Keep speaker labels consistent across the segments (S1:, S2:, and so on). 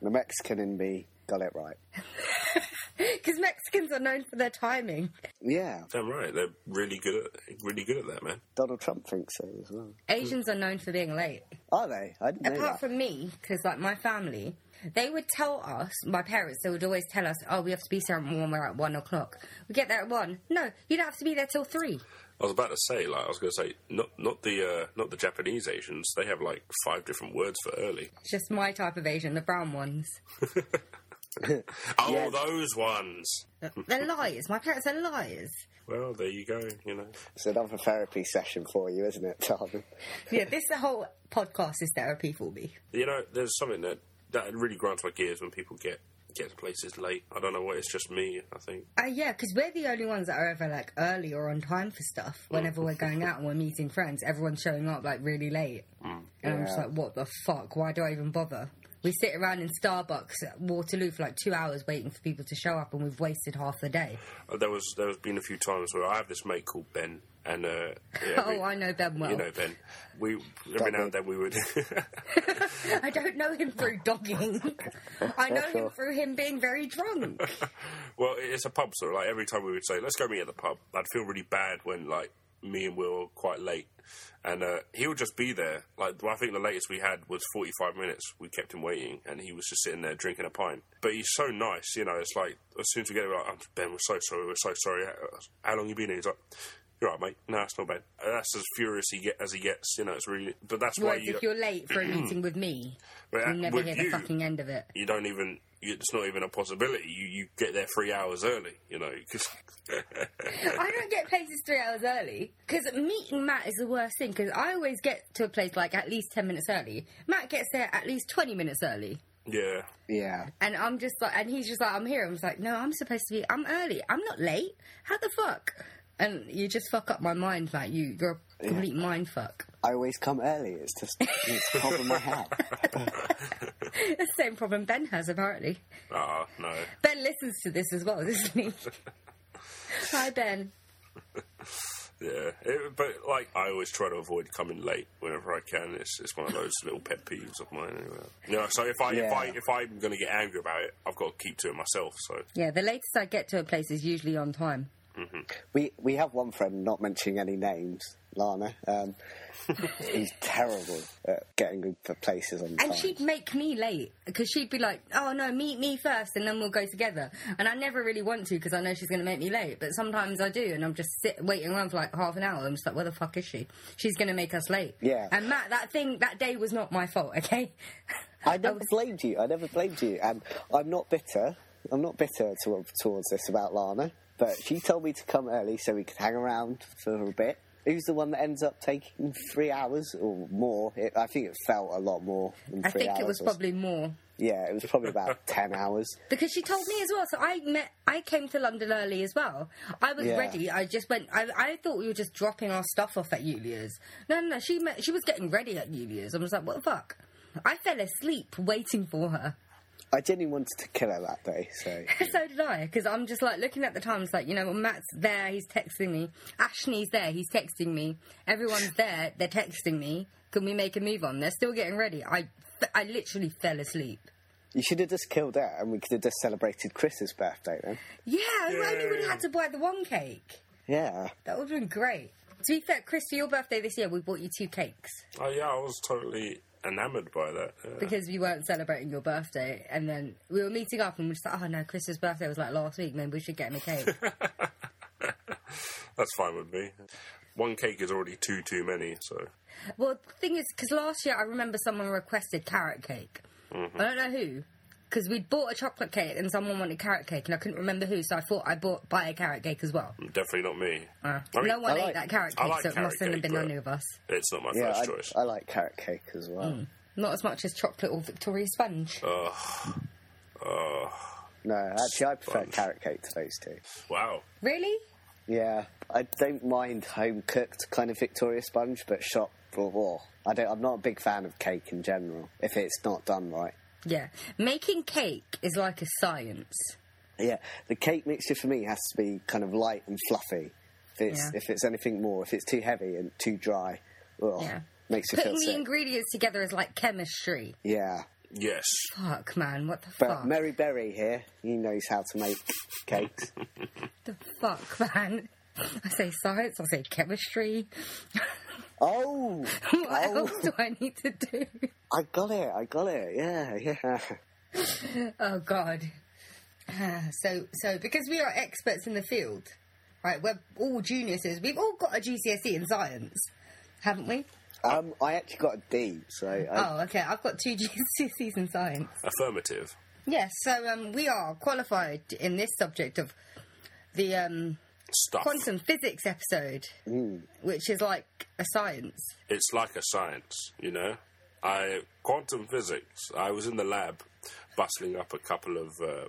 S1: The Mexican in me got it right.
S2: Because Mexicans are known for their timing.
S1: Yeah,
S3: Damn right, they're really good at really good at that, man.
S1: Donald Trump thinks so as well.
S2: Asians are known for being late.
S1: Are they? I didn't know that.
S2: Apart from me, because like my family, they would tell us, my parents, they would always tell us, oh, we have to be somewhere when we're at one o'clock. We get there at one. No, you don't have to be there till three.
S3: I was about to say, like, I was going to say, not not the uh, not the Japanese Asians. They have like five different words for early.
S2: It's just my type of Asian, the brown ones.
S3: Oh, those ones.
S2: They're liars. My parents are liars.
S3: Well, there you go. You know,
S1: It's another therapy session for you, isn't it, Tom?
S2: Yeah, this whole podcast is therapy for me.
S3: you know, there's something that that really grinds my gears when people get get to places late. I don't know what. It's just me. I think.
S2: Uh, yeah, because we're the only ones that are ever like early or on time for stuff. Whenever we're going out and we're meeting friends, everyone's showing up like really late.
S3: Mm,
S2: And I'm just like, what the fuck? Why do I even bother? We sit around in Starbucks at Waterloo for like two hours waiting for people to show up, and we've wasted half the day.
S3: Uh, There was there has been a few times where I have this mate called Ben, and uh, yeah,
S2: Oh, I know Ben well.
S3: you know Ben. We every now and then we would.
S2: I don't know him through dogging. I know him through him being very drunk.
S3: well, it's a pub sort of like every time we would say, "Let's go meet at the pub." I'd feel really bad when like me and Will were quite late, and uh, he would just be there. Like I think the latest we had was forty five minutes. We kept him waiting, and he was just sitting there drinking a pint. But he's so nice, you know. It's like as soon as we get there, we're like, "Oh, "Ben, we're so sorry. We're so sorry. How, how long you been here?" He's like. You're right, mate. No, it's not bad. And That's as furious he get as he gets. You know, it's really. But that's why
S2: Whereas
S3: you.
S2: if you're late for a meeting with me,
S3: But, uh,
S2: you never
S3: with
S2: hear the
S3: you-
S2: fucking end of it.
S3: you don't even you, it's not even a possibility you you get there three hours early you know 'cause-
S2: I don't get places three hours early because meeting Matt is the worst thing because I always get to a place like at least 10 minutes early. Matt gets there at least 20 minutes early.
S3: yeah
S1: yeah.
S2: And I'm just like, and he's just like, I'm here. I'm just like, no, I'm supposed to be, I'm early. I'm not late. How the fuck? And you just fuck up my mind, like you, you're a complete mind fuck.
S1: I always come early. It's just it's a problem I have.
S2: That's the same problem Ben has, apparently.
S3: ah no
S2: Ben listens to this as well, doesn't he? Hi, Ben.
S3: yeah It- but like I always try to avoid coming late whenever I can it's it's one of those little pet peeves of mine anyway you know, so if I if
S1: Yeah.
S3: I if I'm gonna get angry about it I've got to keep to it myself so
S2: Yeah, the latest I get to a place is usually on time.
S1: We we have one friend, not mentioning any names, Lana. Um, he's terrible at getting for places on time.
S2: And she'd make me late because she'd be like, "Oh no, meet me first, and then we'll go together." And I never really want to because I know she's going to make me late. But sometimes I do, and I'm just sit waiting around for like half an hour. I'm just like, "Where the fuck is she? She's going to make us late."
S1: Yeah.
S2: And Matt, that thing that day was not my fault. Okay.
S1: I never blamed you. I never blamed you, and I'm not bitter. I'm not bitter to, towards this about Lana, but she told me to come early so we could hang around for a bit. Who's the one that ends up taking three hours or more? It, I think it felt a lot more than
S2: I
S1: three
S2: think
S1: hours.
S2: it was
S1: or-
S2: probably more.
S1: yeah, it was probably about ten hours.
S2: Because she told me as well, so I met. I came to London early as well. I was
S1: Yeah.
S2: ready. I just went. I, I thought we were just dropping our stuff off at Julia's. No, no, no. She met, she was getting ready at Julia's. I was like, what the fuck? I fell asleep waiting for her.
S1: I genuinely wanted to kill her that day, so
S2: so did I, because I'm just like looking at the time. It's like you know, well, Matt's there, he's texting me. Ashney's there, he's texting me. Everyone's there, they're texting me. Can we make a move on? They're still getting ready. I, I literally fell asleep.
S1: you should have just killed her, and we could have just celebrated Chris's birthday then.
S2: Yeah, I only would have had to buy the one cake.
S1: Yeah,
S2: That would have been great. To be fair, Chris, for your birthday this year, we bought you two cakes
S3: oh yeah I was totally enamored by that yeah.
S2: because we weren't celebrating your birthday. And then we were meeting up and we were just like, oh no, Chris's birthday was like last week, maybe we should get him a cake.
S3: that's fine with me one cake is already too too many so
S2: Well, the thing is, because last year I remember someone requested carrot cake.
S3: Mm-hmm.
S2: I don't know who, because we'd bought a chocolate cake and someone wanted carrot cake, and I couldn't remember who, so I thought I bought buy a carrot cake as well.
S3: definitely not me
S2: Uh,
S3: I mean,
S2: no one
S1: I
S2: ate
S1: like-
S2: that carrot
S3: I
S2: cake,
S3: like
S2: so it
S3: carrot
S2: must have
S3: cake,
S2: been
S3: but-
S2: none of us.
S3: it's not my
S1: yeah.
S3: first
S1: I,
S3: choice
S1: I like carrot cake as well.
S2: Mm. Not as much as chocolate or Victoria sponge.
S3: Uh. Ah,
S1: No, actually, I prefer
S3: Sponge.
S1: carrot cake to those two.
S3: wow
S2: Really?
S1: Yeah, I don't mind home cooked kind of Victoria sponge, but shop blah blah. I don't. I'm not a big fan of cake in general if it's not done right.
S2: Yeah. Making cake is like a science.
S1: Yeah, the cake mixture for me has to be kind of light and fluffy. If it's
S2: Yeah.
S1: if it's anything more, if it's too heavy and too dry, ugh,
S2: Yeah.
S1: makes you
S2: Putting
S1: feel
S2: the
S1: sick.
S2: ingredients together is like chemistry.
S1: yeah,
S3: Yes.
S2: Fuck, man, what the
S1: But
S2: fuck?
S1: Mary Berry here, he knows how to make cakes.
S2: the fuck, man? I say science, I say chemistry.
S1: oh,
S2: what
S1: oh,
S2: else do I need to do?
S1: I got it, I got it. Yeah, yeah.
S2: Oh God. Ah, So, so because we are experts in the field, right? We're all geniuses. We've all got a GCSE E in science, haven't we?
S1: Um, I actually got a D, so I,
S2: Oh, okay. I've got two GCSEs in science.
S3: Affirmative.
S2: Yes. So, um, we are qualified in this subject of the um,
S3: Stuff.
S2: quantum physics episode, which is like a science.
S3: it's like a science, you know. I quantum physics. I was in the lab, bustling up a couple of uh,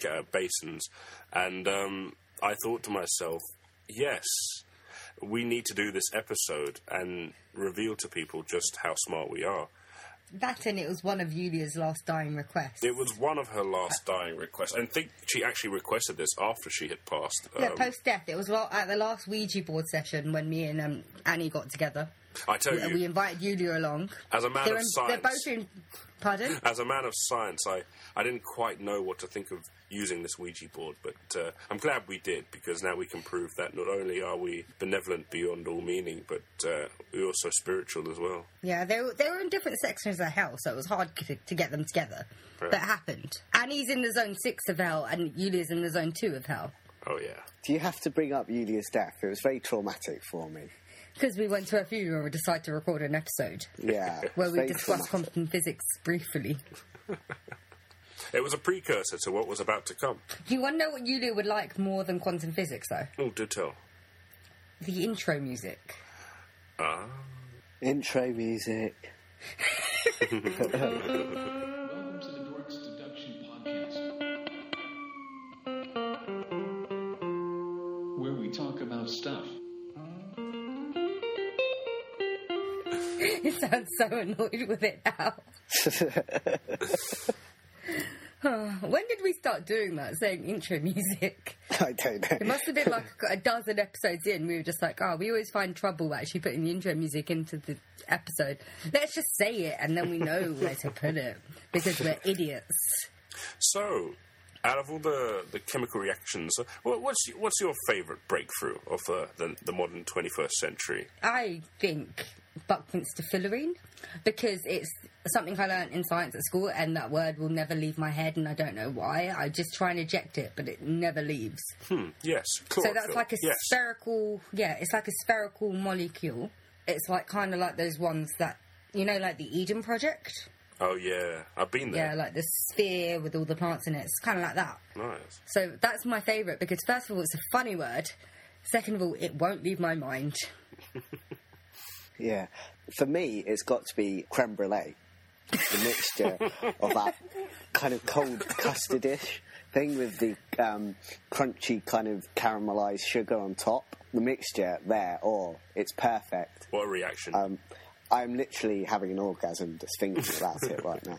S3: g- uh, basins, and um, I thought to myself, yes, we need to do this episode and reveal to people just how smart we are.
S2: That and it was one of Yulia's last dying requests.
S3: It was one of her last dying requests, and I think she actually requested this after she had passed.
S2: yeah,
S3: Um,
S2: post death. It was lo- at the last Ouija board session when me and um, Annie got together.
S3: I tell
S2: And
S3: you,
S2: we invited Yulia along.
S3: As a man
S2: they're
S3: of science.
S2: They're both in. Pardon?
S3: as a man of science, I, I didn't quite know what to think of using this Ouija board, but uh, I'm glad we did because now we can prove that not only are we benevolent beyond all meaning, but uh, we're also spiritual as well.
S2: Yeah, they were, they were in different sections of the hell, so it was hard to, to get them together.
S3: Right.
S2: But it happened. Annie's in the zone six of hell, and Yulia's in the zone two of hell.
S3: Oh, yeah.
S1: do you have to bring up Yulia's death? It was very traumatic for me.
S2: Because we went to a funeral and decided to record an episode
S1: Yeah, it
S2: where
S1: was
S2: we
S1: very
S2: discussed
S1: traumatic.
S2: quantum physics briefly.
S3: It was a precursor to what was about to come.
S2: Do you want to know what Yulia would like more than quantum physics, though?
S3: Oh, do tell.
S2: The intro music.
S3: Ah.
S1: intro music.
S4: Welcome to the Dorks Deduction Podcast, where we talk about stuff.
S2: It sounds so annoyed with it now. Oh, when did we start doing that, saying intro music?
S1: I don't
S2: It
S1: know.
S2: must have been like a dozen episodes in. We were just like, oh, we always find trouble actually putting the intro music into the episode. Let's just say it and then we know where to put it because we're idiots.
S3: So, out of all the, the chemical reactions, uh, wha- what's, y- what's your favourite breakthrough of uh, the, the modern 21st century?
S2: I think Buckminster Fullerene because it's something I learned in science at school, and that word will never leave my head, and I don't know why. I just try and eject it, but it never leaves.
S3: Hmm, yes,
S2: so
S3: chlorophyll.
S2: that's like a
S3: yes.
S2: spherical, yeah, it's like a spherical molecule. It's like kind of like those ones that you know, like the Eden Project.
S3: Oh, yeah. I've been
S2: Yeah,
S3: there.
S2: like the sphere with all the plants in it. It's kind of like that.
S3: nice.
S2: So that's my favourite because first of all, it's a funny word. Second of all, it won't leave my mind.
S1: Yeah, for me, it's got to be creme brulee, the mixture of that kind of cold custardish thing with the um, crunchy kind of caramelized sugar on top. The mixture there, or it's perfect.
S3: What a reaction.
S1: Um, I'm literally having an orgasm just thinking about it right now.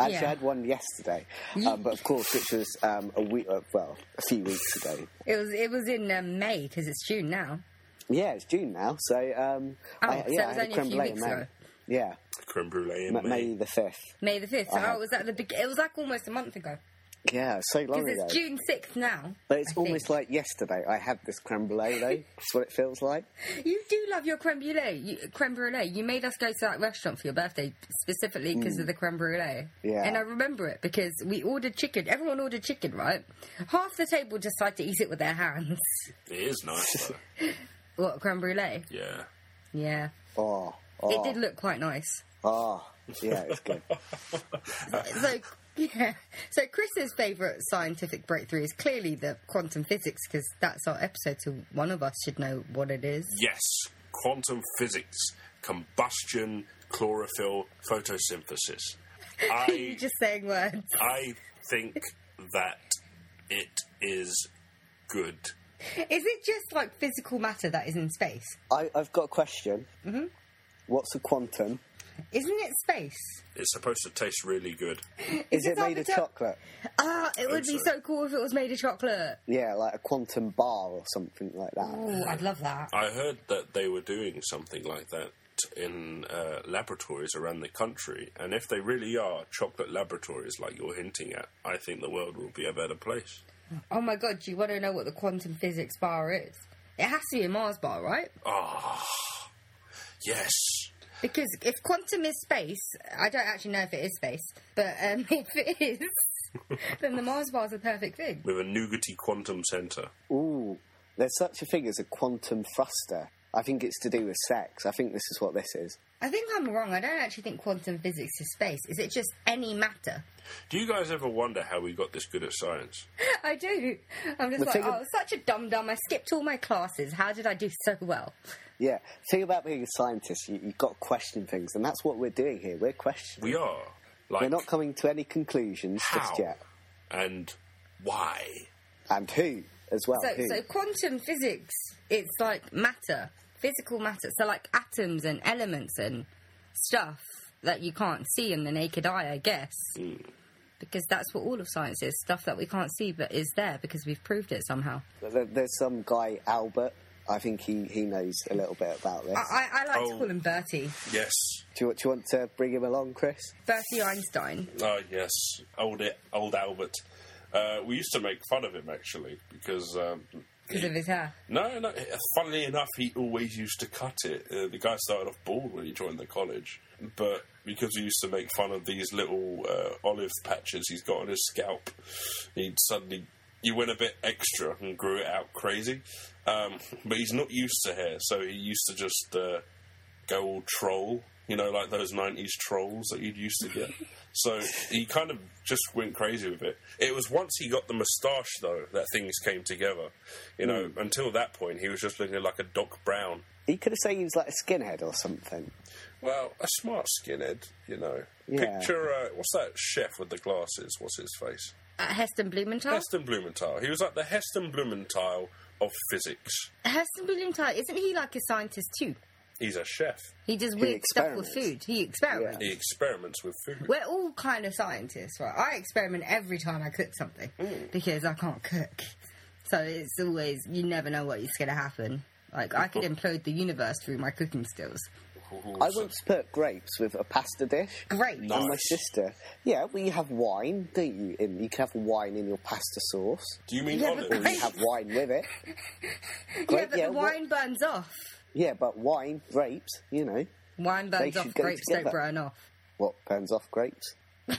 S1: Actually,
S2: Yeah.
S1: I had one yesterday, um, but of course, which was um, a week, uh, well, a few weeks ago.
S2: It was it was in um, May because it's June now.
S1: Yeah, it's June now, so um,
S2: Oh,
S1: I,
S2: so
S1: yeah,
S2: it was
S1: I had
S2: only a
S1: creme
S2: few
S1: brulee in
S2: weeks
S1: May.
S2: ago.
S1: Yeah,
S3: creme brulee in
S1: Ma-
S3: May.
S1: May the fifth.
S2: May the fifth.
S1: Uh-huh.
S2: Oh, it was at the beg- it was like almost a month ago
S1: Oh, Yeah, so long
S2: because
S1: ago.
S2: it's June sixth now.
S1: But it's
S2: I think.
S1: almost like yesterday. I had this creme brulee, though. That's what it feels like.
S2: you do love your creme brulee. You, creme brulee. You made us go to that restaurant for your birthday specifically because of the creme brulee.
S1: Mm. Yeah.
S2: and I remember it because we ordered chicken. Everyone ordered chicken, right? Half the table decided to eat it with their hands.
S3: It is nice, though.
S2: What creme brulee?
S3: yeah.
S2: Yeah,
S1: Oh, oh,
S2: it did look quite nice.
S1: oh. Yeah, it's good.
S2: so yeah, so Chris's favourite scientific breakthrough is clearly the quantum physics because that's our episode, so one of us should know what it is.
S3: Yes, quantum physics, combustion, chlorophyll, photosynthesis. I,
S2: You're just saying words.
S3: I think that it is good.
S2: Is it just like physical matter that is in space?
S1: I, I've got a question. Mm-hmm. What's a quantum?
S2: Isn't it space?
S3: It's supposed to taste really good.
S1: Is
S2: this
S1: it
S2: on
S1: made
S2: the
S1: of
S2: top?
S1: chocolate?
S2: Ah, it would be
S3: so.
S2: so cool if it was made of chocolate.
S1: Yeah, like a quantum bar or something like that.
S2: Oh, I'd love that.
S3: I heard that they were doing something like that developed in uh, laboratories around the country, and if they really are chocolate laboratories like you're hinting at, I think the world will be a better place.
S2: Oh my god, do you want to know what the quantum physics bar is? It has to be a Mars bar, right?
S3: Ah, yes.
S2: Because if quantum is space, I don't actually know if it is space, but um, if it is, then the Mars bar is the perfect thing.
S3: With a nougaty quantum center.
S2: Mm.
S1: Ooh, there's such a thing as a quantum thruster. I think it's to do with sex. I think this is what this is.
S2: I think I'm wrong. I don't actually think quantum physics is space. Is it just any matter?
S3: Do you guys ever wonder how we got this good at science?
S2: I do. I'm just
S1: The
S2: like,
S1: thing
S2: oh,
S1: ab-
S2: such a dum dum. I skipped all my classes. How did I do so well?
S1: Yeah, thing about being a scientist, you, you've got to question things, and that's what we're doing here. We're questioning.
S3: We are. Like,
S1: We're not coming to any conclusions
S3: how
S1: just yet.
S3: and why?
S1: And who as well?
S2: So,
S1: who?
S2: so quantum physics, it's like matter, physical matter. So, like atoms and elements and stuff that you can't see in the naked eye, I guess. Because that's what all of science is stuff that we can't see but is there because we've proved it somehow.
S1: There- There's some guy Albert. I think he, he knows a little bit about this.
S2: I, I, I like
S3: Oh.
S2: to call him Bertie.
S3: Yes.
S1: do, you, do you want to bring him along, Chris?
S2: Bertie Einstein.
S3: Oh, yes. Old, old Albert. Uh, we used to make fun of him, actually, because. Um,
S2: Because
S3: he-
S2: of his hair.
S3: No, no. Funnily enough, he always used to cut it. Uh, the guy started off bald when he joined the college, but because he used to make fun of these little uh, olive patches he's got on his scalp, he suddenly he went a bit extra and grew it out crazy. Um, but he's not used to hair, so he used to just uh, go all troll. You know, like those '90s trolls that you'd used to get. So he kind of just went crazy with it. It was once he got the moustache, though, that things came together. You know,
S2: Hmm.
S3: until that point, he was just looking like a Doc Brown.
S1: He could have said he was like a skinhead or something.
S3: Well, a smart skinhead, you know.
S1: Yeah.
S3: Picture uh, what's that chef with the glasses? What's his face?
S2: At Uh, Heston Blumenthal?
S3: Heston Blumenthal. He was like the Heston Blumenthal of physics.
S2: Heston Blumenthal, isn't he like a scientist too?
S3: He's a chef.
S2: He does weird stuff with food.
S1: experiments.
S2: He experiments.
S3: He experiments with food.
S2: We're all kind of scientists, right? I experiment every time I cook something
S1: Mm.
S2: because I can't cook. So it's always, you never know what's going to happen. Like, I could implode the universe through my cooking skills.
S1: I once put grapes with a pasta dish.
S2: Great.
S3: No.
S1: And my
S3: Nice.
S1: sister, yeah, well, you have wine, don't you? In, you can have wine in your pasta sauce,
S3: Do you mean
S2: Yeah,
S3: olives?
S2: but
S1: or you have wine with it.
S2: Yeah,
S1: Grape-
S2: but the
S1: wha-
S2: wine burns off.
S1: yeah, but wine, grapes, you know.
S2: Wine burns
S1: should
S2: off,
S1: go
S2: grapes
S1: together.
S2: don't burn off.
S1: What burns off grapes?
S2: What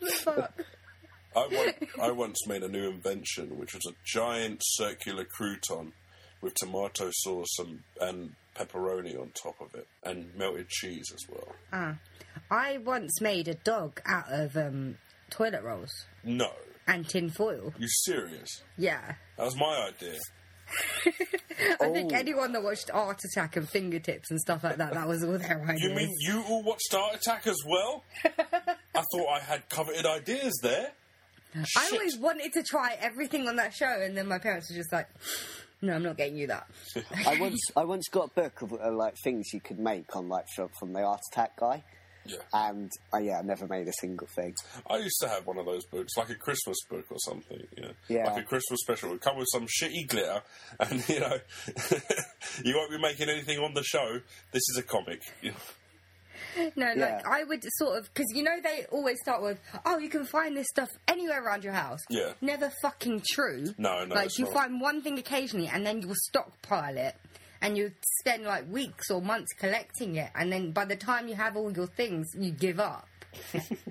S2: the fuck?
S3: I, once, I once made a new invention, which was a giant circular crouton with tomato sauce and, and pepperoni on top of it, and melted cheese as well.
S2: Ah. I once made a dog out of um, toilet rolls
S3: No,
S2: and tin foil.
S3: you serious?
S2: Yeah.
S3: That was my idea.
S2: I think
S1: Oh.
S2: anyone that watched Art Attack and Fingertips and stuff like that, that was all their ideas.
S3: You mean you all watched Art Attack as well? I thought I had coveted ideas there.
S2: I always wanted to try everything on that show, and then my parents were just like, "No, I'm not getting you that."
S1: I once, I once got a book of uh, like things you could make on like from, from the Art Attack guy,
S3: Yeah.
S1: and uh, yeah, I never made a single thing.
S3: I used to have one of those books, like a Christmas book or something. You know?
S1: Yeah.
S3: Like a Christmas special. It would come with some shitty glitter, and you know, you won't be making anything on the show. This is a comic. You know.
S2: No,
S1: Yeah.
S2: like I would sort of because you know they always start with, "Oh, you can find this stuff anywhere around your house."
S3: Yeah.
S2: never fucking true.
S3: No, no,
S2: Like
S3: it's
S2: you
S3: not.
S2: find one thing occasionally, and then you will stockpile it, and you spend like weeks or months collecting it, and then by the time you have all your things, you give up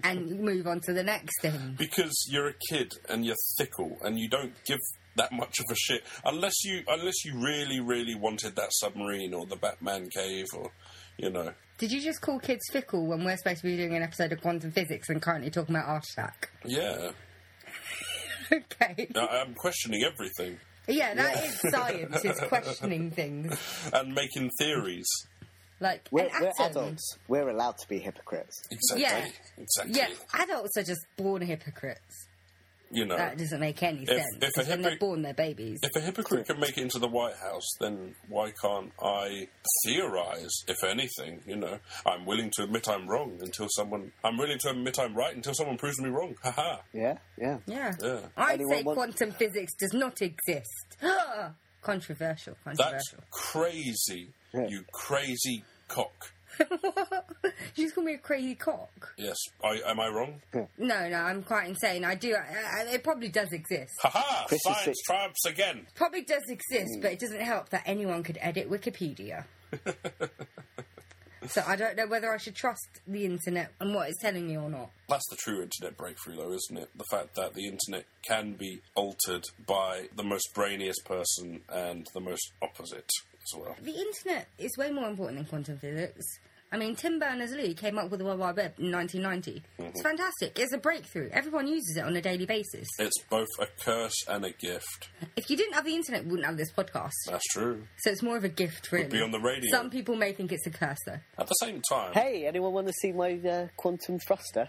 S2: and you move on to the next thing.
S3: Because you're a kid and you're fickle and you don't give that much of a shit unless you unless you really really wanted that submarine or the Batman cave or you know.
S2: Did you just call kids fickle when we're supposed to be doing an episode of quantum physics and currently talking about Art Attack?
S3: Yeah,
S2: Okay.
S3: I, I'm questioning everything
S2: Yeah, that is science. It's questioning things.
S3: and making theories.
S2: Like
S1: We're,
S2: an atom.
S1: we're adults. We're allowed to be hypocrites.
S3: Exactly.
S2: Yeah.
S3: Exactly.
S2: Yeah, adults are just born hypocrites.
S3: You know.
S2: That doesn't make any sense.
S3: Uh, if a
S2: 'cause when they're
S3: hypocrite-
S2: born, they're babies.
S3: If a hypocrite can make it into the White House, then why can't I theorize, if anything? You know, I'm willing to admit I'm wrong until someone. I'm willing to admit I'm right until someone proves me wrong. Ha ha.
S1: Yeah, yeah.
S2: yeah.
S3: Yeah.
S2: I
S1: Anyone
S2: say
S1: want-
S2: quantum physics does not exist. controversial,
S3: That's
S2: controversial.
S3: crazy, you crazy cock.
S2: She's called me a crazy cock.
S3: Yes. I, am I wrong?
S2: No, no, I'm quite insane. I do. I, I, it probably does exist.
S3: Haha!
S1: Chris is
S3: Science
S1: sick.
S3: triumphs again.
S2: Probably does exist, but it
S3: Hmm.
S2: doesn't help that anyone could edit Wikipedia. so I don't know whether I should trust the internet and what it's telling me or not.
S3: That's the true internet breakthrough, though, isn't it? The fact that the internet can be altered by the most brainiest person and the most opposite as well.
S2: The internet is way more important than quantum physics. I mean, Tim Berners-Lee came up with the World Wide Web in 1990.
S3: Mm-hmm.
S2: It's fantastic. It's a breakthrough. Everyone uses it on a daily basis.
S3: It's both a curse and a gift.
S2: If you didn't have the internet, we wouldn't have this podcast.
S3: That's true.
S2: So it's more of a gift, really.
S3: be on the radio.
S2: Some people may think it's a curse, though.
S3: At the same time,
S1: Hey, anyone want to see my uh, quantum thruster?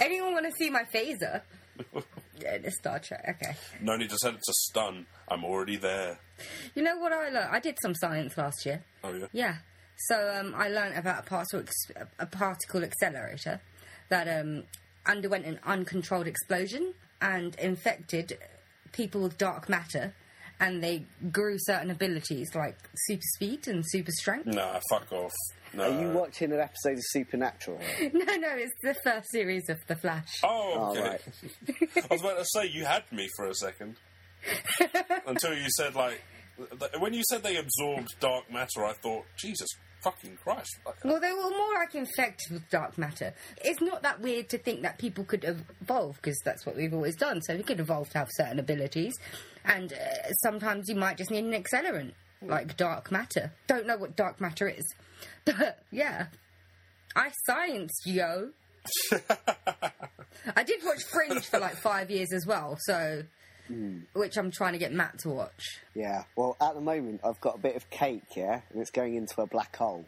S2: Anyone want to see my phaser? yeah, it's Star Trek. Okay.
S3: no need to send it to stun. I'm already there.
S2: You know what I learned? I did some science last year.
S3: Oh, yeah.
S2: Yeah. So um, I learned about a particle, ex- a particle accelerator that um, underwent an uncontrolled explosion and infected people with dark matter, and they grew certain abilities like super speed and super strength.
S3: Nah, fuck off. No.
S2: Uh,
S1: Are you watching an episode of Supernatural? here?
S2: No, no, it's the first series of The Flash.
S3: Oh, okay.
S1: All right.
S3: I was about to say you had me for a second until you said like th- when you said they absorbed dark matter. I thought, Jesus fucking Christ! Like,
S2: Well, they were more like infected with dark matter. It's not that weird to think that people could evolve because that's what we've always done. So we could evolve to have certain abilities, and uh, sometimes you might just need an accelerant, like dark matter. Don't know what dark matter is, but yeah, I science yo. I did watch Fringe for like five years as well, so which I'm trying to get Matt to watch.
S1: Yeah. Well, at the moment, I've got a bit of cake, yeah, and it's going into a black hole.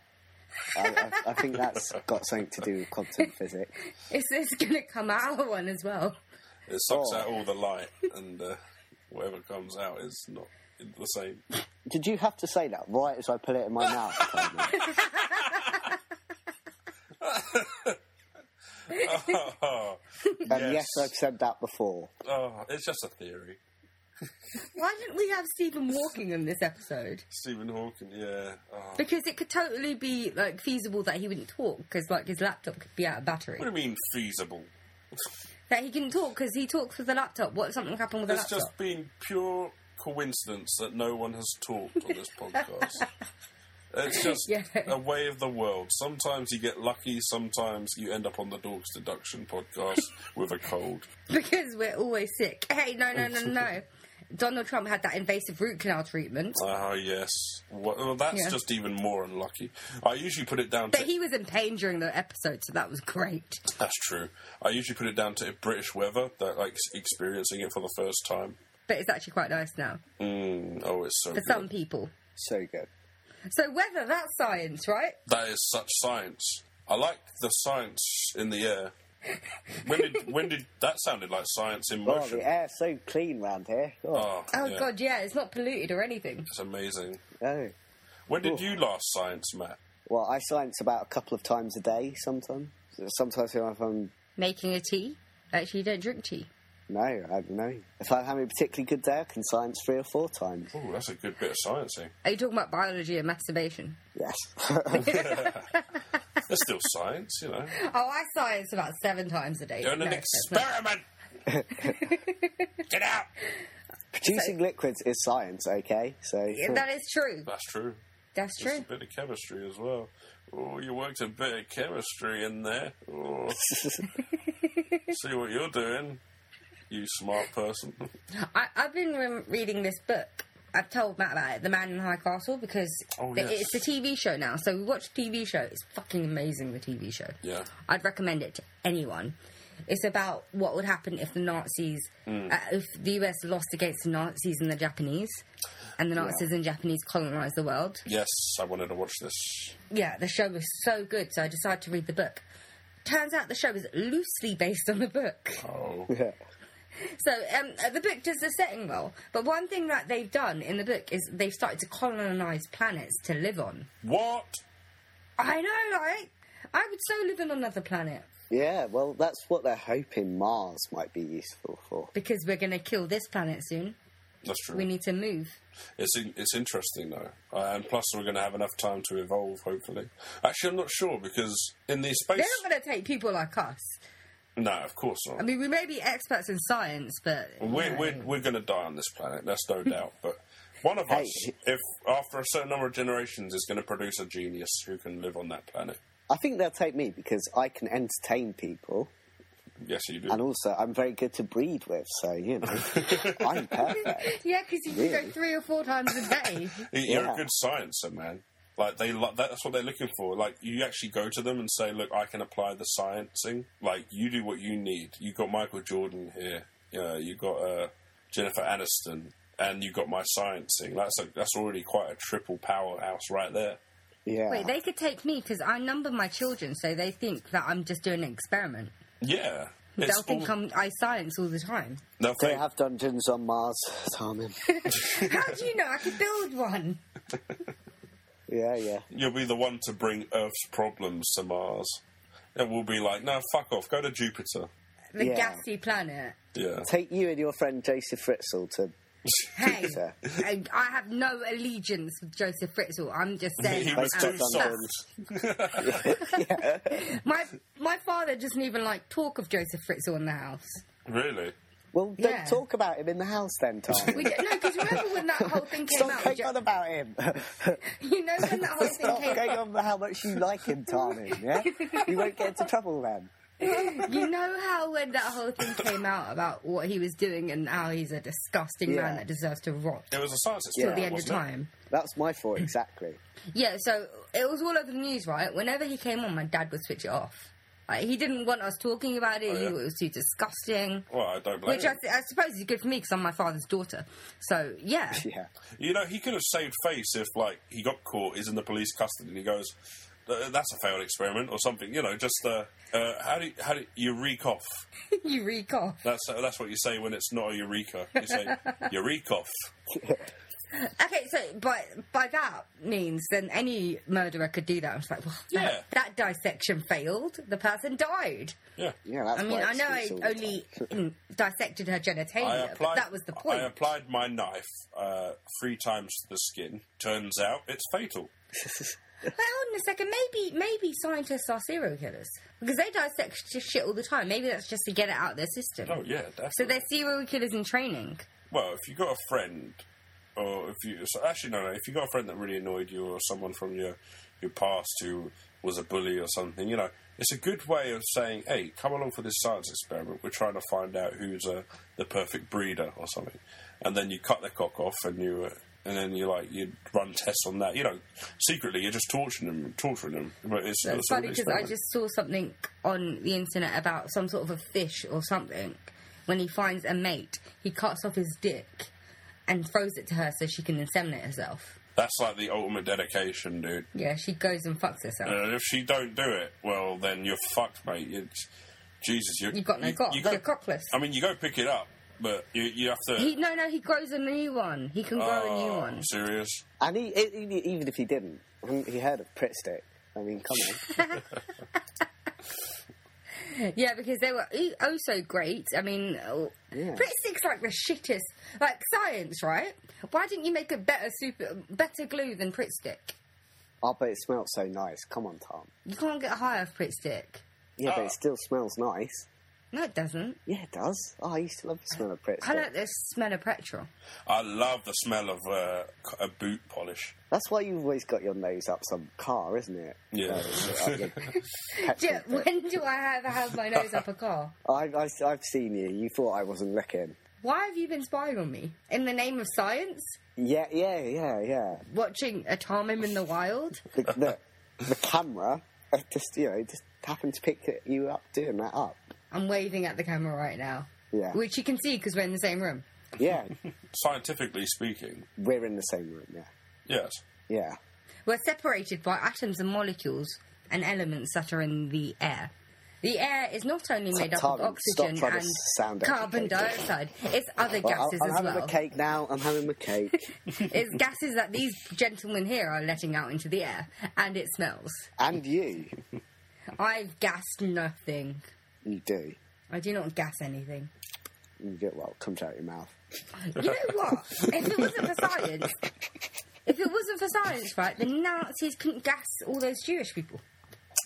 S1: I, I, I think that's got something to do with quantum physics.
S2: It's, it's going to come out one as well.
S3: it sucks
S1: Oh.
S3: out all the light, and uh, whatever comes out is not the same.
S1: Did you have to say that right as I put it in my mouth? Um, Tony?
S3: oh,
S1: And
S3: Yes.
S1: yes. I've said that before.
S3: oh, it's just a theory.
S2: Why didn't we have Stephen Walking in this episode?
S3: Stephen Hawking, yeah. Oh.
S2: Because it could totally be like feasible that he wouldn't talk because like his laptop could be out of battery.
S3: What do you mean feasible?
S2: That he can talk because he talks with the laptop. What if something happened with the
S3: It's
S2: laptop?
S3: just been pure coincidence that no one has talked on this podcast. It's just
S2: Yeah.
S3: a way of the world. Sometimes you get lucky, sometimes you end up on the Dorks Deduction podcast with a cold.
S2: Because we're always sick. Hey, no, no, no, no. Donald Trump had that invasive root canal treatment,
S3: Ah, yes. Well, well, that's
S2: Yeah.
S3: just even more unlucky. I usually put it down to.
S2: but he was in pain during the episode, so that was great.
S3: that's true. I usually put it down to British weather, that like experiencing it for the first time.
S2: But it's actually quite nice now
S3: Mm, oh, it's so.
S2: for
S3: Good.
S2: some people.
S1: So good.
S2: So whether that's science, right?
S3: That is such science. I like the science in the air. When did when did that sounded like science in
S1: Oh,
S3: motion?
S1: the air's so clean round here. Oh,
S3: Oh,
S2: Oh
S3: yeah.
S2: god, yeah, it's not polluted or anything.
S3: it's amazing.
S1: oh.
S3: When did you last science, Matt?
S1: Well, I science about a couple of times a day sometimes. Sometimes if I'm.
S2: Making a tea. Actually, you don't drink tea.
S1: No, I don't know. If I'm having a particularly good day, I can science three or four times.
S3: Oh, that's a good bit of sciencing.
S2: Are you talking about biology and masturbation?
S1: Yes.
S3: That's still science, you know.
S2: Oh, I science about seven times a day.
S3: Doing an
S2: No, that's not-
S3: experiment. Get out.
S1: Producing liquids is science, okay? So.
S2: Yeah, That is true.
S3: That's true.
S2: That's
S3: Just
S2: true.
S3: a bit of chemistry as well. Oh, you worked a bit of chemistry in there. Oh. See what you're doing, you smart person.
S2: I, I've been re- reading this book. I've told Matt about it, The Man in High Castle, because
S3: Oh,
S2: the-
S3: yes.
S2: it's a TV show now. So we watch TV show. It's fucking amazing, the TV show.
S3: Yeah.
S2: I'd recommend it to anyone. It's about what would happen if the Nazis,
S3: Hmm.
S2: uh, if the US lost against the Nazis and the Japanese, and the Nazis and Japanese colonized the world.
S3: Yes, I wanted to watch this.
S2: yeah, the show was so good, so I decided to read the book. Turns out the show is loosely based on the book.
S3: Oh,
S1: Yeah.
S2: So um, uh, the book does the setting well, but one thing that they've done in the book is they've started to colonize planets to live on.
S3: what?
S2: I know, right? I would so live on another planet
S1: Yeah, well, that's what they're hoping Mars might be useful for.
S2: because we're going to kill this planet soon.
S3: That's true.
S2: We need to move.
S3: It's in, it's interesting though, uh, and plus we're going to have enough time to evolve. Hopefully, actually, I'm not sure because in the space,
S2: They're not going to take people like us.
S3: no, of course not.
S2: I mean, we may be experts in science, but
S3: we're we're, we're going to die on this planet. That's no doubt. But one of us,
S1: Hey.
S3: if after a certain number of generations, is going to produce a genius who can live on that planet.
S1: I think they'll take me because I can entertain people,
S3: Yes, you do.
S1: and also I'm very good to breed with. So you know, I'm perfect.
S2: yeah, because you can go
S1: Really?
S2: three or four times a day.
S3: You're
S1: Yeah.
S3: a good sciencer, man. Like they, lo- that's what they're looking for. Like you actually go to them and say, "Look, I can apply the sciencing. Like you do what you need. You got Michael Jordan here. Yeah, you got uh, Jennifer Aniston, and you got my sciencing. That's a, that's already quite a triple powerhouse right there.
S1: Yeah.
S2: Wait, they could take me because I number my children, so they think that I'm just doing an experiment.
S3: Yeah, It's
S2: They'll think
S3: all-
S2: I'm, I science all the time.
S3: they'll
S1: They
S3: think-
S1: have dungeons on Mars, Tarmin.
S2: How do you know I could build one?
S1: yeah, yeah.
S3: you'll be the one to bring Earth's problems to Mars. And we'll be like, no, fuck off, go to Jupiter.
S2: The
S1: Yeah.
S2: gassy planet.
S3: Yeah.
S1: Take you and your friend Joseph Fritzl to.
S2: Hey,
S1: Jupiter.
S2: I, I have no allegiance with Joseph Fritzl. I'm just saying. um,
S3: he
S2: I'm
S3: was
S1: Based
S3: too
S1: on
S2: out.
S1: Dungeons.
S3: soft.
S2: My my father doesn't even like talk of Joseph Fritzl in the house.
S3: Really?
S1: Well,
S2: Yeah.
S1: don't talk about him in the house then,
S2: We
S1: Tarmin.
S2: don't, no, because remember when that whole thing came
S1: Stop
S2: out?
S1: going
S2: Jo-
S1: on about him.
S2: you know when that whole thing
S1: Stop
S2: came
S1: going on about how much you like him, Tarmin. Yeah, you won't get into trouble then.
S2: You know how when that whole thing came out about what he was doing and how he's a disgusting
S1: Yeah.
S2: man that deserves to rot
S3: It was a science
S1: Yeah.
S2: till
S3: experiment.
S2: the end of
S3: wasn't it?
S2: time.
S1: That's my thought exactly.
S2: Yeah, so it was all over the news, right? Whenever he came on, my dad would switch it off. Like, he didn't want us talking about it.
S3: Oh, yeah.
S2: He thought it was too disgusting.
S3: Well, I don't blame
S2: Which I,
S3: him.
S2: th- I suppose is good for me because I'm my father's daughter. So yeah,
S1: Yeah.
S3: You know, he could have saved face if, like, he got caught, he's in the police custody, and he goes, "Uh, that's a failed experiment or something. You know, just, uh, uh, how do you, how do you, reek off?
S2: you reek off.
S3: That's, uh, that's what you say when it's not a eureka. You say, you reek off.
S2: Okay, so by by that means, then any murderer could do that. I was like, well,
S3: Yeah.
S2: that, that dissection failed. The person died.
S3: Yeah.
S1: Yeah, that's
S2: I mean,
S1: my
S2: I know I
S1: excuse all the
S2: only mm, dissected her
S3: I
S2: genitalia, but
S3: applied,
S2: that was the point.
S3: I applied my knife uh, three times to the skin. Turns out it's fatal.
S2: But hold on a second, maybe maybe scientists are serial killers because they dissect sh- shit all the time. Maybe that's just to get it out of their system.
S3: Oh, yeah, definitely.
S2: So they're serial killers in training.
S3: Well, if you got a friend, or if you so actually no, no, if you got a friend that really annoyed you, or someone from your your past who was a bully or something, you know, it's a good way of saying, "Hey, come along for this science experiment. We're trying to find out who's uh, the perfect breeder or something." And then you cut their cock off, and you. Uh, and then you like you run tests on that, you know. Secretly, you're just torturing them, torturing them. But it's
S2: That's
S3: it's all
S2: funny
S3: an
S2: because I
S3: experiment.
S2: just saw something on the internet about some sort of a fish or something. When he finds a mate, he cuts off his dick and throws it to her so she can inseminate herself.
S3: that's like the ultimate dedication, dude.
S2: Yeah, she goes and fucks herself.
S3: And if she don't do it, well, then you're fucked, mate. It's, Jesus, you
S2: You've got no cock.
S3: go-
S2: You're cockless.
S3: I mean, you go pick it up, but you, you have to.
S2: He, no, no, he grows a new one. He can grow a new
S3: Oh,
S2: one.
S3: Serious?
S1: And he, e- e- even if he didn't, he heard of Pritt Stick. I mean, come on.
S2: Yeah, because they were e- oh so great. I mean, oh,
S1: Yeah.
S2: Brit Six like the shittest, like science, right? Why didn't you make a better super, better glue than Pritt Stick?
S1: oh, but it smells so nice. Come on, Tom.
S2: You can't get high off Pritt Stick.
S1: Yeah, but
S3: Oh.
S1: it still smells nice.
S2: No, it doesn't.
S1: Yeah, it does. Oh, I used to love the smell of Pritt
S2: I
S1: Stick.
S2: like the smell of petrol.
S3: I love the smell of uh, c- a boot polish.
S1: That's why you've always got your nose up some car, isn't it?
S3: Yeah.
S1: Uh, up the
S2: Do,
S1: petrol bit.
S2: when do I ever have my nose up a car?
S1: I, I, I've seen you. You thought I wasn't looking.
S2: Why have you been spying on me in the name of science?
S1: Yeah, yeah, yeah, yeah.
S2: Watching a Tomim in the wild?
S1: The, the, the camera uh, just, you know, just happened to pick you up doing that up.
S2: I'm waving at the camera right now.
S1: Yeah.
S2: Which you can see because we're in the same room.
S1: Yeah,
S3: Scientifically speaking,
S1: we're in the same room. Yeah,
S3: yes.
S1: yeah.
S2: We're separated by atoms and molecules and elements that are in the air. The air is not only made up
S1: Tom,
S2: of
S1: stop
S2: oxygen
S1: trying to
S2: and
S1: sound
S2: carbon
S1: educated.
S2: dioxide, it's other
S1: Well, I'm,
S2: gases
S1: I'm
S2: as
S1: having
S2: well.
S1: a cake now. I'm having a cake,
S2: It's gases that these gentlemen here are letting out into the air, and it smells.
S1: and you,
S2: I've gassed nothing.
S1: you do.
S2: I do not gas anything.
S1: You get what comes out your mouth.
S2: You know what? If it wasn't for science, if it wasn't for science, right, the Nazis couldn't gas all those Jewish people.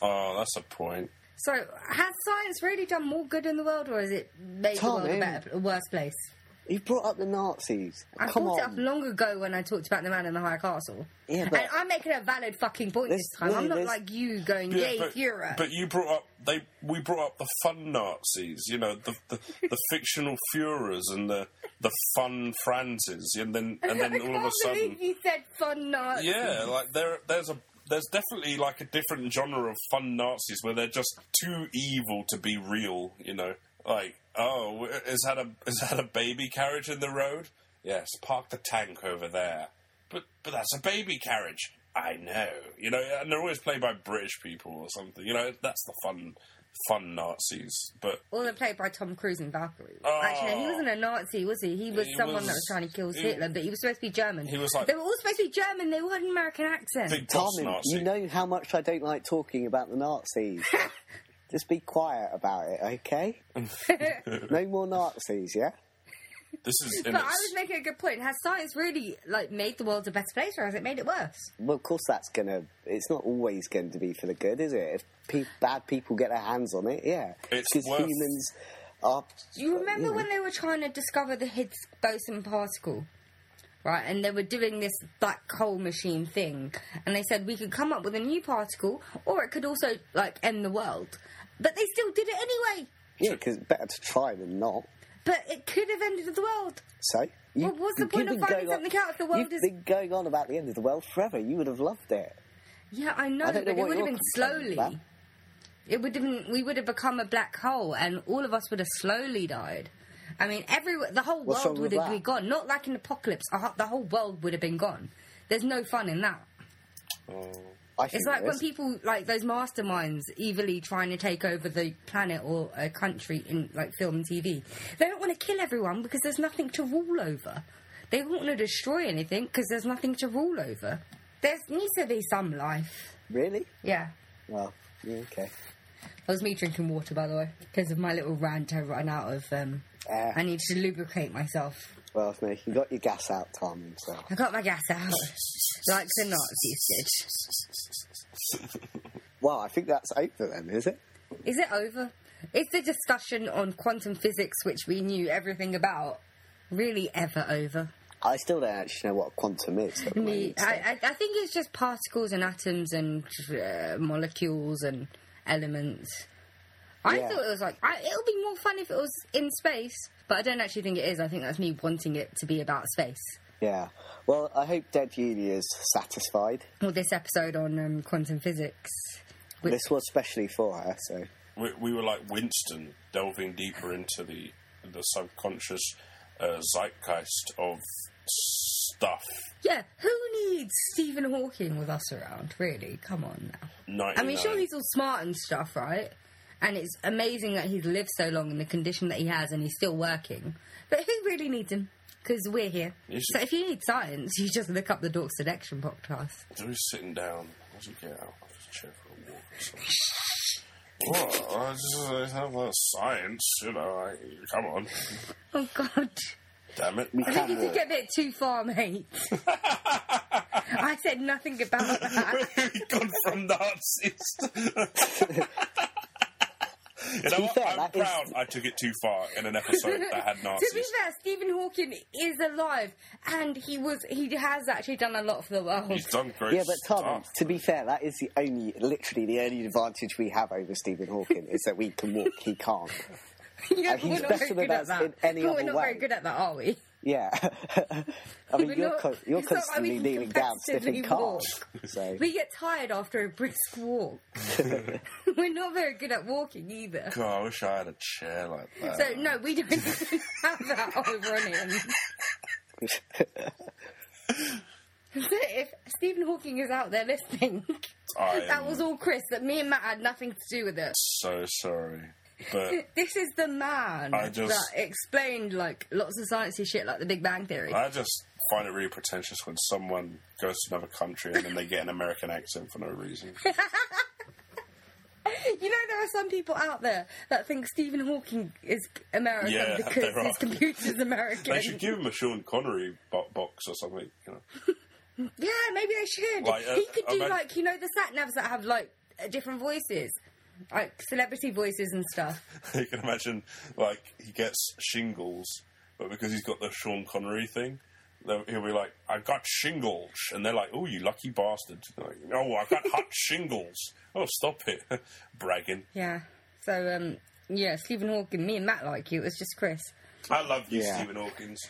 S3: Oh, that's a point.
S2: So, has science really done more good in the world, or has it made
S1: Tom,
S2: the world a,
S1: eh?
S2: better, a worse place?
S1: You brought up the Nazis.
S2: I
S1: Come on.
S2: brought it up long ago when I talked about the man in the high castle.
S1: Yeah, but-
S2: and I'm making a valid fucking point this
S1: There's-
S2: time. I'm
S1: no,
S2: not
S1: there's-
S2: like you going,
S3: Yeah,
S2: yay,
S3: but,
S2: Europe.
S3: but you brought up they we brought up the fun Nazis, you know, the the, the fictional Führers and the the fun Franzes, and then and
S2: I
S3: then all
S2: can't
S3: of a sudden,
S2: believe you said fun Nazi.
S3: yeah, like there there's a there's definitely like a different genre of fun Nazis where they're just too evil to be real, you know, like oh is that a is that a baby carriage in the road? Yes, park the tank over there. But but that's a baby carriage. I know, you know, and they're always played by British people or something. You know, that's the fun, fun Nazis. But
S2: Or they're played by Tom Cruise in Valkyrie.
S3: Oh.
S2: Actually, no, he wasn't a Nazi, was he? He was
S3: He
S2: someone that
S3: was-
S2: was trying to kill
S3: he-
S2: Hitler, but he was supposed to be German.
S3: He was like-
S2: they were all supposed to be German. They were an American accent.
S3: big boss
S1: Tommy,
S3: Nazi.
S1: you know how much I don't like talking about the Nazis. Just be quiet about it, okay? no more Nazis, yeah?
S3: this is in
S2: but I
S3: its-
S2: was making a good point. Has science really like made the world a better place, or has it made it worse?
S1: Well, of course, that's gonna. It's not always going to be for the good, is it? If pe- bad people get their hands on it, yeah,
S3: It's
S1: because
S3: worth-
S1: humans are. Mm.
S2: Do you remember when they were trying to discover the Higgs boson particle? Right, and they were doing this black hole machine thing, and they said we could come up with a new particle, or it could also like end the world. But they still did it anyway.
S1: Yeah, because it's better to try than not.
S2: But it could have ended the world.
S1: So, you,
S2: Well, what's the
S1: you've
S2: point of
S1: been
S2: finding
S1: going
S2: something out if the world
S1: You've
S2: is-
S1: been going on about the end of the world forever. You would have loved it.
S2: Yeah, I know,
S1: I don't
S2: but
S1: know
S2: it
S1: what
S2: would have
S1: you're
S2: been
S1: complaining
S2: slowly.
S1: about.
S2: It would have been, we would have become a black hole, and all of us would have slowly died. I mean, every the whole
S1: What's
S2: world
S1: wrong
S2: would
S1: with
S2: have
S1: that?
S2: been gone. Not like an apocalypse. a ho- The whole world would have been gone. There's no fun in that.
S1: I think
S2: It's like
S1: it
S2: when
S1: is.
S2: people like those masterminds evilly trying to take over the planet or a country in like film and TV. They don't want to kill everyone because there's nothing to rule over. They don't want to destroy anything because there's nothing to rule over. There needs to be some life.
S1: Really?
S2: Yeah.
S1: Well, yeah, okay.
S2: That was me drinking water, by the way, because of my little rant. I ran out of. Um,
S1: Ah.
S2: I need to lubricate myself.
S1: Well, no, you got your gas out, Tom. So
S2: I got my gas out, like the Nazis
S1: Well, I think that's over then, is it?
S2: did. Is it over? Is the discussion on quantum physics, which we knew everything about, really ever over?
S1: I still don't actually know what quantum is. at the
S2: Me,
S1: moment, so-
S2: I, I, I think it's just particles and atoms and uh, molecules and elements. I
S1: Yeah.
S2: thought it was like I, it'll be more fun if it was in space, but I don't actually think it is. I think that's me wanting it to be about space.
S1: Yeah. Well, I hope Dead Uni is satisfied.
S2: well, this episode on um, quantum physics. Which,
S1: This was specially for her, so.
S3: we, we were like Winston, delving deeper into the the subconscious uh, zeitgeist of stuff.
S2: yeah, who needs Stephen Hawking with us around? Really, come on now.
S3: 99.
S2: I mean, sure, he's all smart and stuff, right? And it's amazing that he's lived so long in the condition that he has, and he's still working. But who really needs him? Because we're here.
S3: You
S2: So
S3: should-
S2: if you need science, you just look up the Dork Seduction podcast.
S3: Who's sitting down? What's he get out? I'll just check for a walk or something. Well, I just I have that science, you know. I, come on,
S2: Oh God,
S3: damn it!
S1: We
S2: I think you
S1: can
S2: took it a bit too far, mate. I said nothing about that.
S3: We've gone from Nazis. you know what?
S1: fair,
S3: I'm
S1: that is-
S3: proud I took it too far in an episode that had
S2: To be
S3: Nazis.
S2: fair, Stephen Hawking is alive, and he was—he has actually done a lot for the world.
S3: He's done great
S1: Yeah, but Tom,
S3: stuff.
S1: to be fair, that is the only, literally the only advantage we have over Stephen Hawking is that we can walk, he can't.
S2: yeah,
S1: he's better than us in any
S2: But we're
S1: other
S2: not very
S1: way.
S2: good at that, are we?
S1: Yeah. I mean,
S2: We're
S1: you're,
S2: not-
S1: co- you're
S2: it's not like we
S1: constantly
S2: can
S1: kneeling down, sniffing
S2: competitively
S1: cars. So.
S2: We get tired after a brisk walk. we're not very good at walking either.
S3: God, I wish I had a chair like that.
S2: So no, we don't even have that over on him. So if Stephen Hawking is out there listening,
S3: I am
S2: that was all Chris. That me and Matt had nothing to do with it.
S3: so sorry. But
S2: This is the man
S3: I just-
S2: that explained like lots of sciencey shit, like the Big Bang Theory.
S3: I just find it really pretentious when someone goes to another country and then they get an American accent for no reason.
S2: You know, there are some people out there that think Stephen Hawking is American
S3: Yeah,
S2: because
S3: there are.
S2: his computer's American.
S3: They should give him a Sean Connery bo- box or something. You know.
S2: yeah, maybe they should.
S3: Like, uh,
S2: he could do
S3: imagine-
S2: like you know the sat navs that have like uh, different voices, like celebrity voices and stuff.
S3: you can imagine like he gets shingles, but because he's got the Sean Connery thing, they'll- he'll be like, "I got shingles," and they're like, "Oh, you lucky bastard!" Like, oh, I got hot shingles. Oh, stop it, bragging.
S2: Yeah. So um, yeah, Stephen Hawking. Me and Matt like you. It was just Chris.
S3: I love you,
S1: Yeah.
S3: Stephen Hawkins.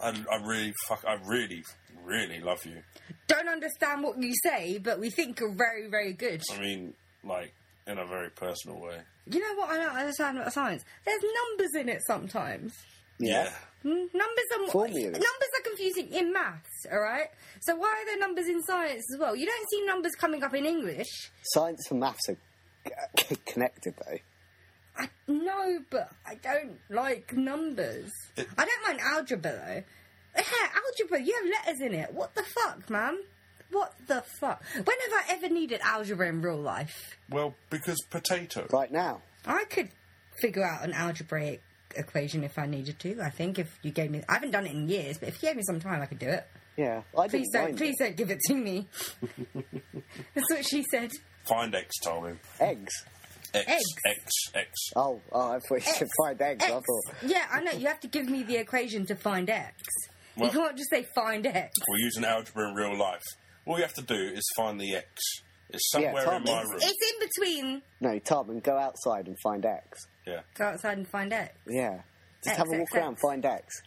S3: I, I really, fuck, I really, really love you.
S2: Don't understand what you say, but we think you're very, very good.
S3: I mean, like in a very personal way.
S2: You know what I don't understand about science? There's numbers in it sometimes.
S1: Yeah.
S2: Mm, Numbers are
S1: Formulas.
S2: numbers are confusing in maths, all right. So why are there numbers in science as well? You don't see numbers coming up in English.
S1: Science and maths are c- connected, though.
S2: I no, but I don't like numbers. I don't mind algebra though. Yeah, algebra. You have letters in it. What the fuck, man? What the fuck? When have I ever needed algebra in real life?
S3: Well, because potato.
S1: Right now,
S2: I could figure out an algebraic equation if I needed to. I think if you gave me, I haven't done it in years, but if you gave me some time, I could do it.
S1: yeah, I
S2: Please
S1: didn't
S2: don't,
S1: mind
S2: please don't give it to me. That's what she said.
S3: Find X, Tommy.
S1: it. eggs.
S3: X,
S2: Eggs.
S3: X, X.
S1: Oh, oh, I thought you should find eggs. I
S2: X.
S1: thought
S2: Yeah, I know. You have to give me the equation to find X.
S3: Well-
S2: you can't just say find X.
S3: We're using algebra in real life. All you have to do is find the X. It's
S1: Yeah,
S3: somewhere in
S1: Tom,
S3: my
S1: it's-
S3: room.
S2: It's in between.
S1: no, Tom, and go outside and find eggs.
S3: Yeah.
S2: Go outside and find X.
S1: Yeah, just
S2: Eggs,
S1: have a walk
S2: eggs,
S1: around,
S2: eggs.
S1: find eggs.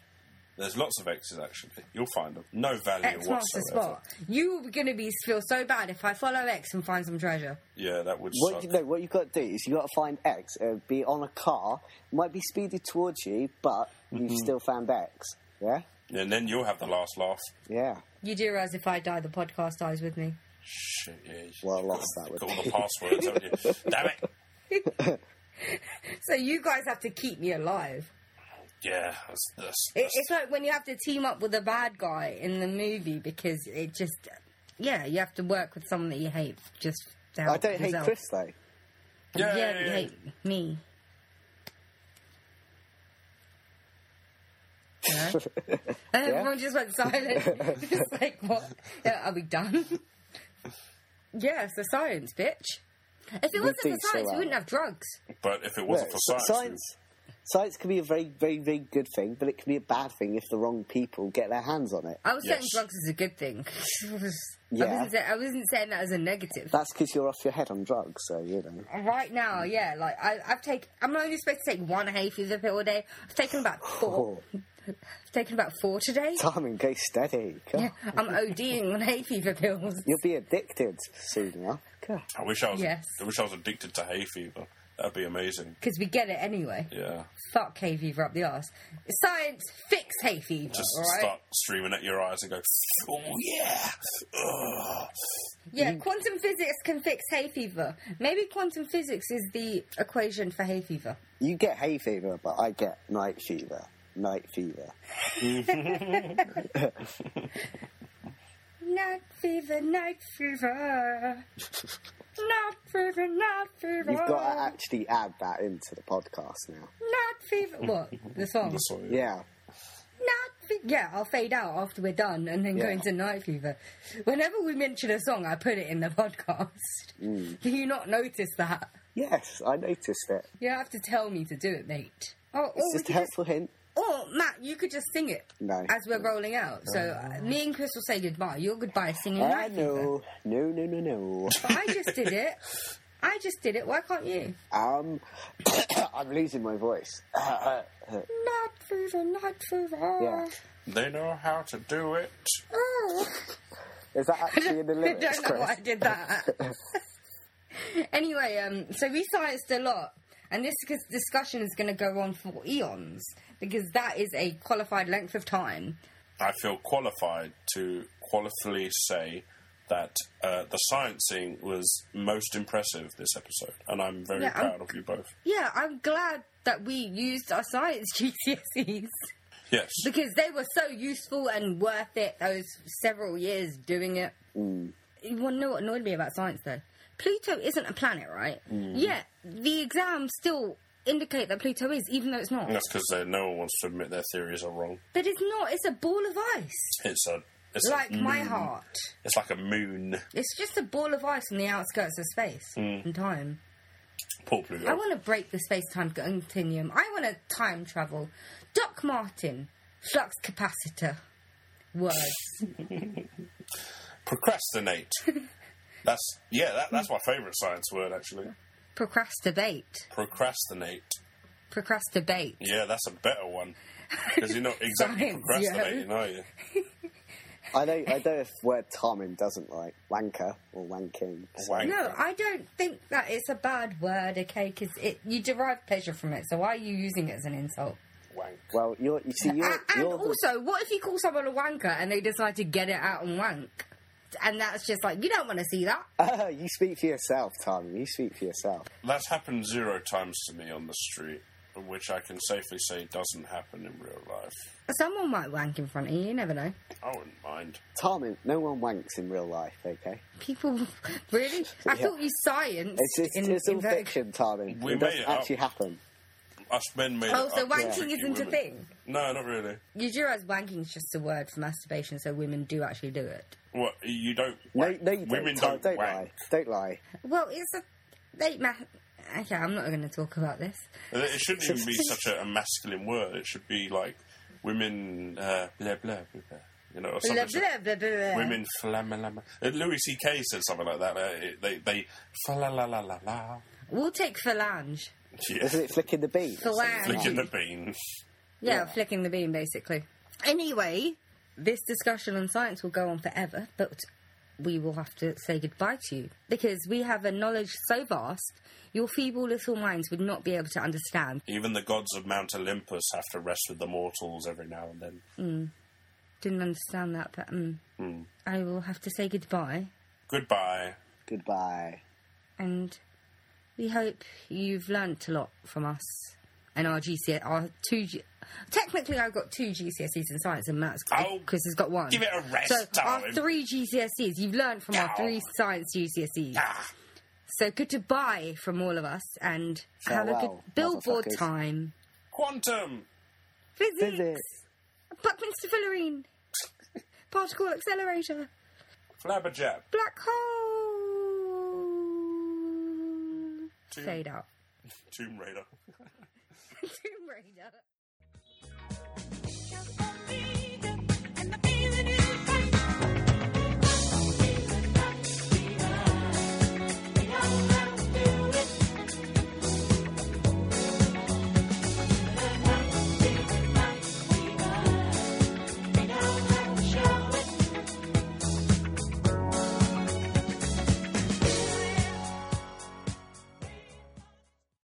S3: There's lots of X's actually. You'll find them. No value
S2: X marks the
S3: whatsoever.
S2: spot. You were going to be feel so bad if I follow X and find some treasure.
S3: Yeah, that would
S1: What
S3: suck.
S1: you, no, what you've got to do is you've got to find X. It'll be on a car. It might be speeded towards you, but
S2: Mm-hmm.
S1: you've still found X. Yeah,
S3: And then you'll have the last laugh.
S1: yeah.
S2: You do realise if I die, the podcast dies with me.
S3: Shit, yeah. you-
S1: Well, I
S3: you've
S1: lost
S3: got,
S1: that would
S3: got all the passwords, haven't you? Damn it.
S2: So you guys have to keep me alive.
S3: Yeah, that's, that's,
S2: It,
S3: that's-
S2: it's like when you have to team up with a bad guy in the movie because it just, yeah, you have to work with someone that you hate just to help
S1: I don't hate
S2: yourself.
S1: Chris though.
S3: yeah,
S2: Yeah,
S3: yeah,
S2: but you
S3: yeah.
S2: hate me. Yeah. And everyone just went silent. just like, what? Yeah, are we done? yeah, it's the science, bitch. If it wasn't for
S1: think so,
S2: science, we
S1: Alan.
S2: wouldn't have drugs.
S3: But if it wasn't
S1: Look,
S3: for
S1: s-
S3: science,
S1: science, science can be a very, very, very good thing, but it can be a bad thing if the wrong people get their hands on it.
S2: I was saying
S3: Yes.
S2: drugs is a good thing. I,
S1: Yeah.
S2: wasn't say, I wasn't saying that as a negative.
S1: That's because you're off your head on drugs, so you know.
S2: Right now, yeah, like I, I've taken. I'm only supposed to take one hay fever pill a day. I've taken about four.
S1: Oh,
S2: I've taken about four today.
S1: Simon, go steady. God.
S2: Yeah, I'm ODing on hay fever pills.
S1: You'll be addicted soon enough. God.
S3: I wish I was.
S2: Yes.
S3: I wish I was addicted to hay fever. That'd be amazing.
S2: Because we get it anyway.
S3: Yeah.
S2: Fuck hay fever up the arse. Science, fix hay fever,
S3: Just
S2: alright?
S3: start streaming at your eyes and go, oh yeah. Ugh.
S2: Yeah, quantum physics can fix hay fever. Maybe quantum physics is the equation for hay fever.
S1: You get hay fever, but I get night fever. Night fever.
S2: Night fever, night fever. night fever, night fever.
S1: You've got to actually add that into the podcast now.
S2: Night fever. What? The song?
S3: That's what-
S1: Yeah.
S2: Night fever. Yeah, I'll fade out after we're done and then go
S1: Yeah.
S2: into night fever. Whenever we mention a song, I put it in the podcast. Do you not notice that?
S1: Yes, I noticed it.
S2: You don't have to tell me to do it, mate. Oh,
S1: It's just
S2: or, we
S1: a
S2: could just,
S1: helpful hint.
S2: or Matt, you could just sing it
S1: No.
S2: as we're rolling out. So uh, me and Chris will say goodbye. Your goodbye is singing
S1: I
S2: Night Fever.
S1: know. Ah, No, no, no, no.
S2: But I just did it. I just did it. Why can't you?
S1: Um, I'm losing my voice.
S2: Night Fever, Night Fever.
S1: Yeah.
S3: They know how to do it.
S2: Oh.
S1: Is that actually in the
S2: I
S1: lyrics,
S2: don't know why
S1: Chris?
S2: I did that. anyway, um, so we scienced a lot, and this c- discussion is going to go on for eons because that is a qualified length of time.
S3: I feel qualified to qualifyly say that uh, the sciencing was most impressive this episode, and I'm very
S2: Yeah, I'm-
S3: proud of you both.
S2: Yeah, I'm glad that we used our science GCSEs
S3: Yes,
S2: because they were so useful and worth it. Those several years doing it. You want to know what annoyed me about science though? Pluto isn't a planet, right? Yet the exams still indicate that Pluto is, even though it's not.
S3: That's because no one wants to admit their theories are wrong.
S2: But it's not. It's a ball of ice,
S3: It's a it's
S2: like
S3: a
S2: my
S3: moon.
S2: heart.
S3: It's like a moon.
S2: It's just a ball of ice on the outskirts of space and time.
S3: Poor Pluto.
S2: I want to break the space-time continuum. I want to time travel. Doc Martin, flux capacitor. Words.
S3: Procrastinate. that's yeah. That, that's my favourite science word actually.
S2: Procrastinate.
S3: Procrastinate.
S2: Procrastinate.
S3: Yeah, that's a better one because you're not exactly
S2: Science, yeah.
S3: procrastinating, are you?
S1: I know. I know if word Tommen doesn't like wanker or wanking.
S3: Wank.
S2: No, I don't think that it's a bad word, okay? Because it you derive pleasure from it, so why are you using it as an insult?
S3: Wank.
S1: Well, you're, you see, you're,
S2: A- and
S1: you're the-
S2: also, what if you call someone a wanker and they decide to get it out and wank? And that's just like, you don't want to see that.
S1: Ah, you speak for yourself, Tommen. You speak for yourself.
S3: That's happened zero times to me on the street, which I can safely say doesn't happen in real life.
S2: Someone might wank in front of you, you never know.
S3: I wouldn't mind.
S1: Tommen, no one wanks in real life. Okay,
S2: People, really? I thought you science.
S1: it's it's,
S2: in-
S1: it's all
S2: inverted-
S1: fiction, Tommen.
S3: We
S1: it doesn't
S3: made it up.
S1: actually happen.
S3: Us men made
S2: Oh,
S3: it
S2: so
S3: up
S2: wanking
S3: with tricky
S2: isn't a
S3: women.
S2: thing?
S3: No, not really.
S2: You do realize wanking is just a word for masturbation, so women do actually do it.
S3: What you don't?
S1: No,
S3: Wank.
S1: no, you
S3: women
S1: don't. Tom,
S3: don't,
S1: don't
S3: wank.
S1: lie. Don't lie.
S2: Well, it's a. They ma- okay, I'm not going to talk about this.
S3: It shouldn't even be such a, a masculine word. It should be like women uh, blah blah blah. blah. You know, or
S2: Blah,
S3: something.
S2: blah, blah, blah, blah.
S3: Women flamma lamma. Uh, Louis C.K. said something like that. Uh, it- they they la la la la la.
S2: We'll take phalange.
S3: Yeah,
S1: Isn't it flicking the bean?
S2: Phalange.
S3: flicking the beans.
S2: Yeah, flicking the beam, basically. Anyway, this discussion on science will go on forever, but we will have to say goodbye to you because we have a knowledge so vast, your feeble little minds would not be able to understand.
S3: Even the gods of Mount Olympus have to rest with the mortals every now and then.
S2: Didn't understand that, but um,
S3: Hmm.
S2: I will have to say goodbye.
S3: Goodbye.
S1: Goodbye.
S2: and we hope you've learnt a lot from us and our GCSE. Our two G- technically, I've got two GCSEs in science and maths
S3: Oh,
S2: because has got one.
S3: give it a rest,
S2: So our
S3: darling.
S2: three GCSEs. You've learned from our
S3: Ow.
S2: three science GCSEs.
S3: Ah,
S2: So good goodbye from all of us, and have a
S1: Farewell,
S2: good billboard
S1: motherfuckers.
S2: time.
S3: quantum.
S2: Physics,
S1: Physics.
S2: Buckminster Fullerene, particle accelerator,
S3: Flabberjab.
S2: black hole. Fade out.
S3: Tomb Raider.
S2: Tomb Raider.
S5: Just a beat.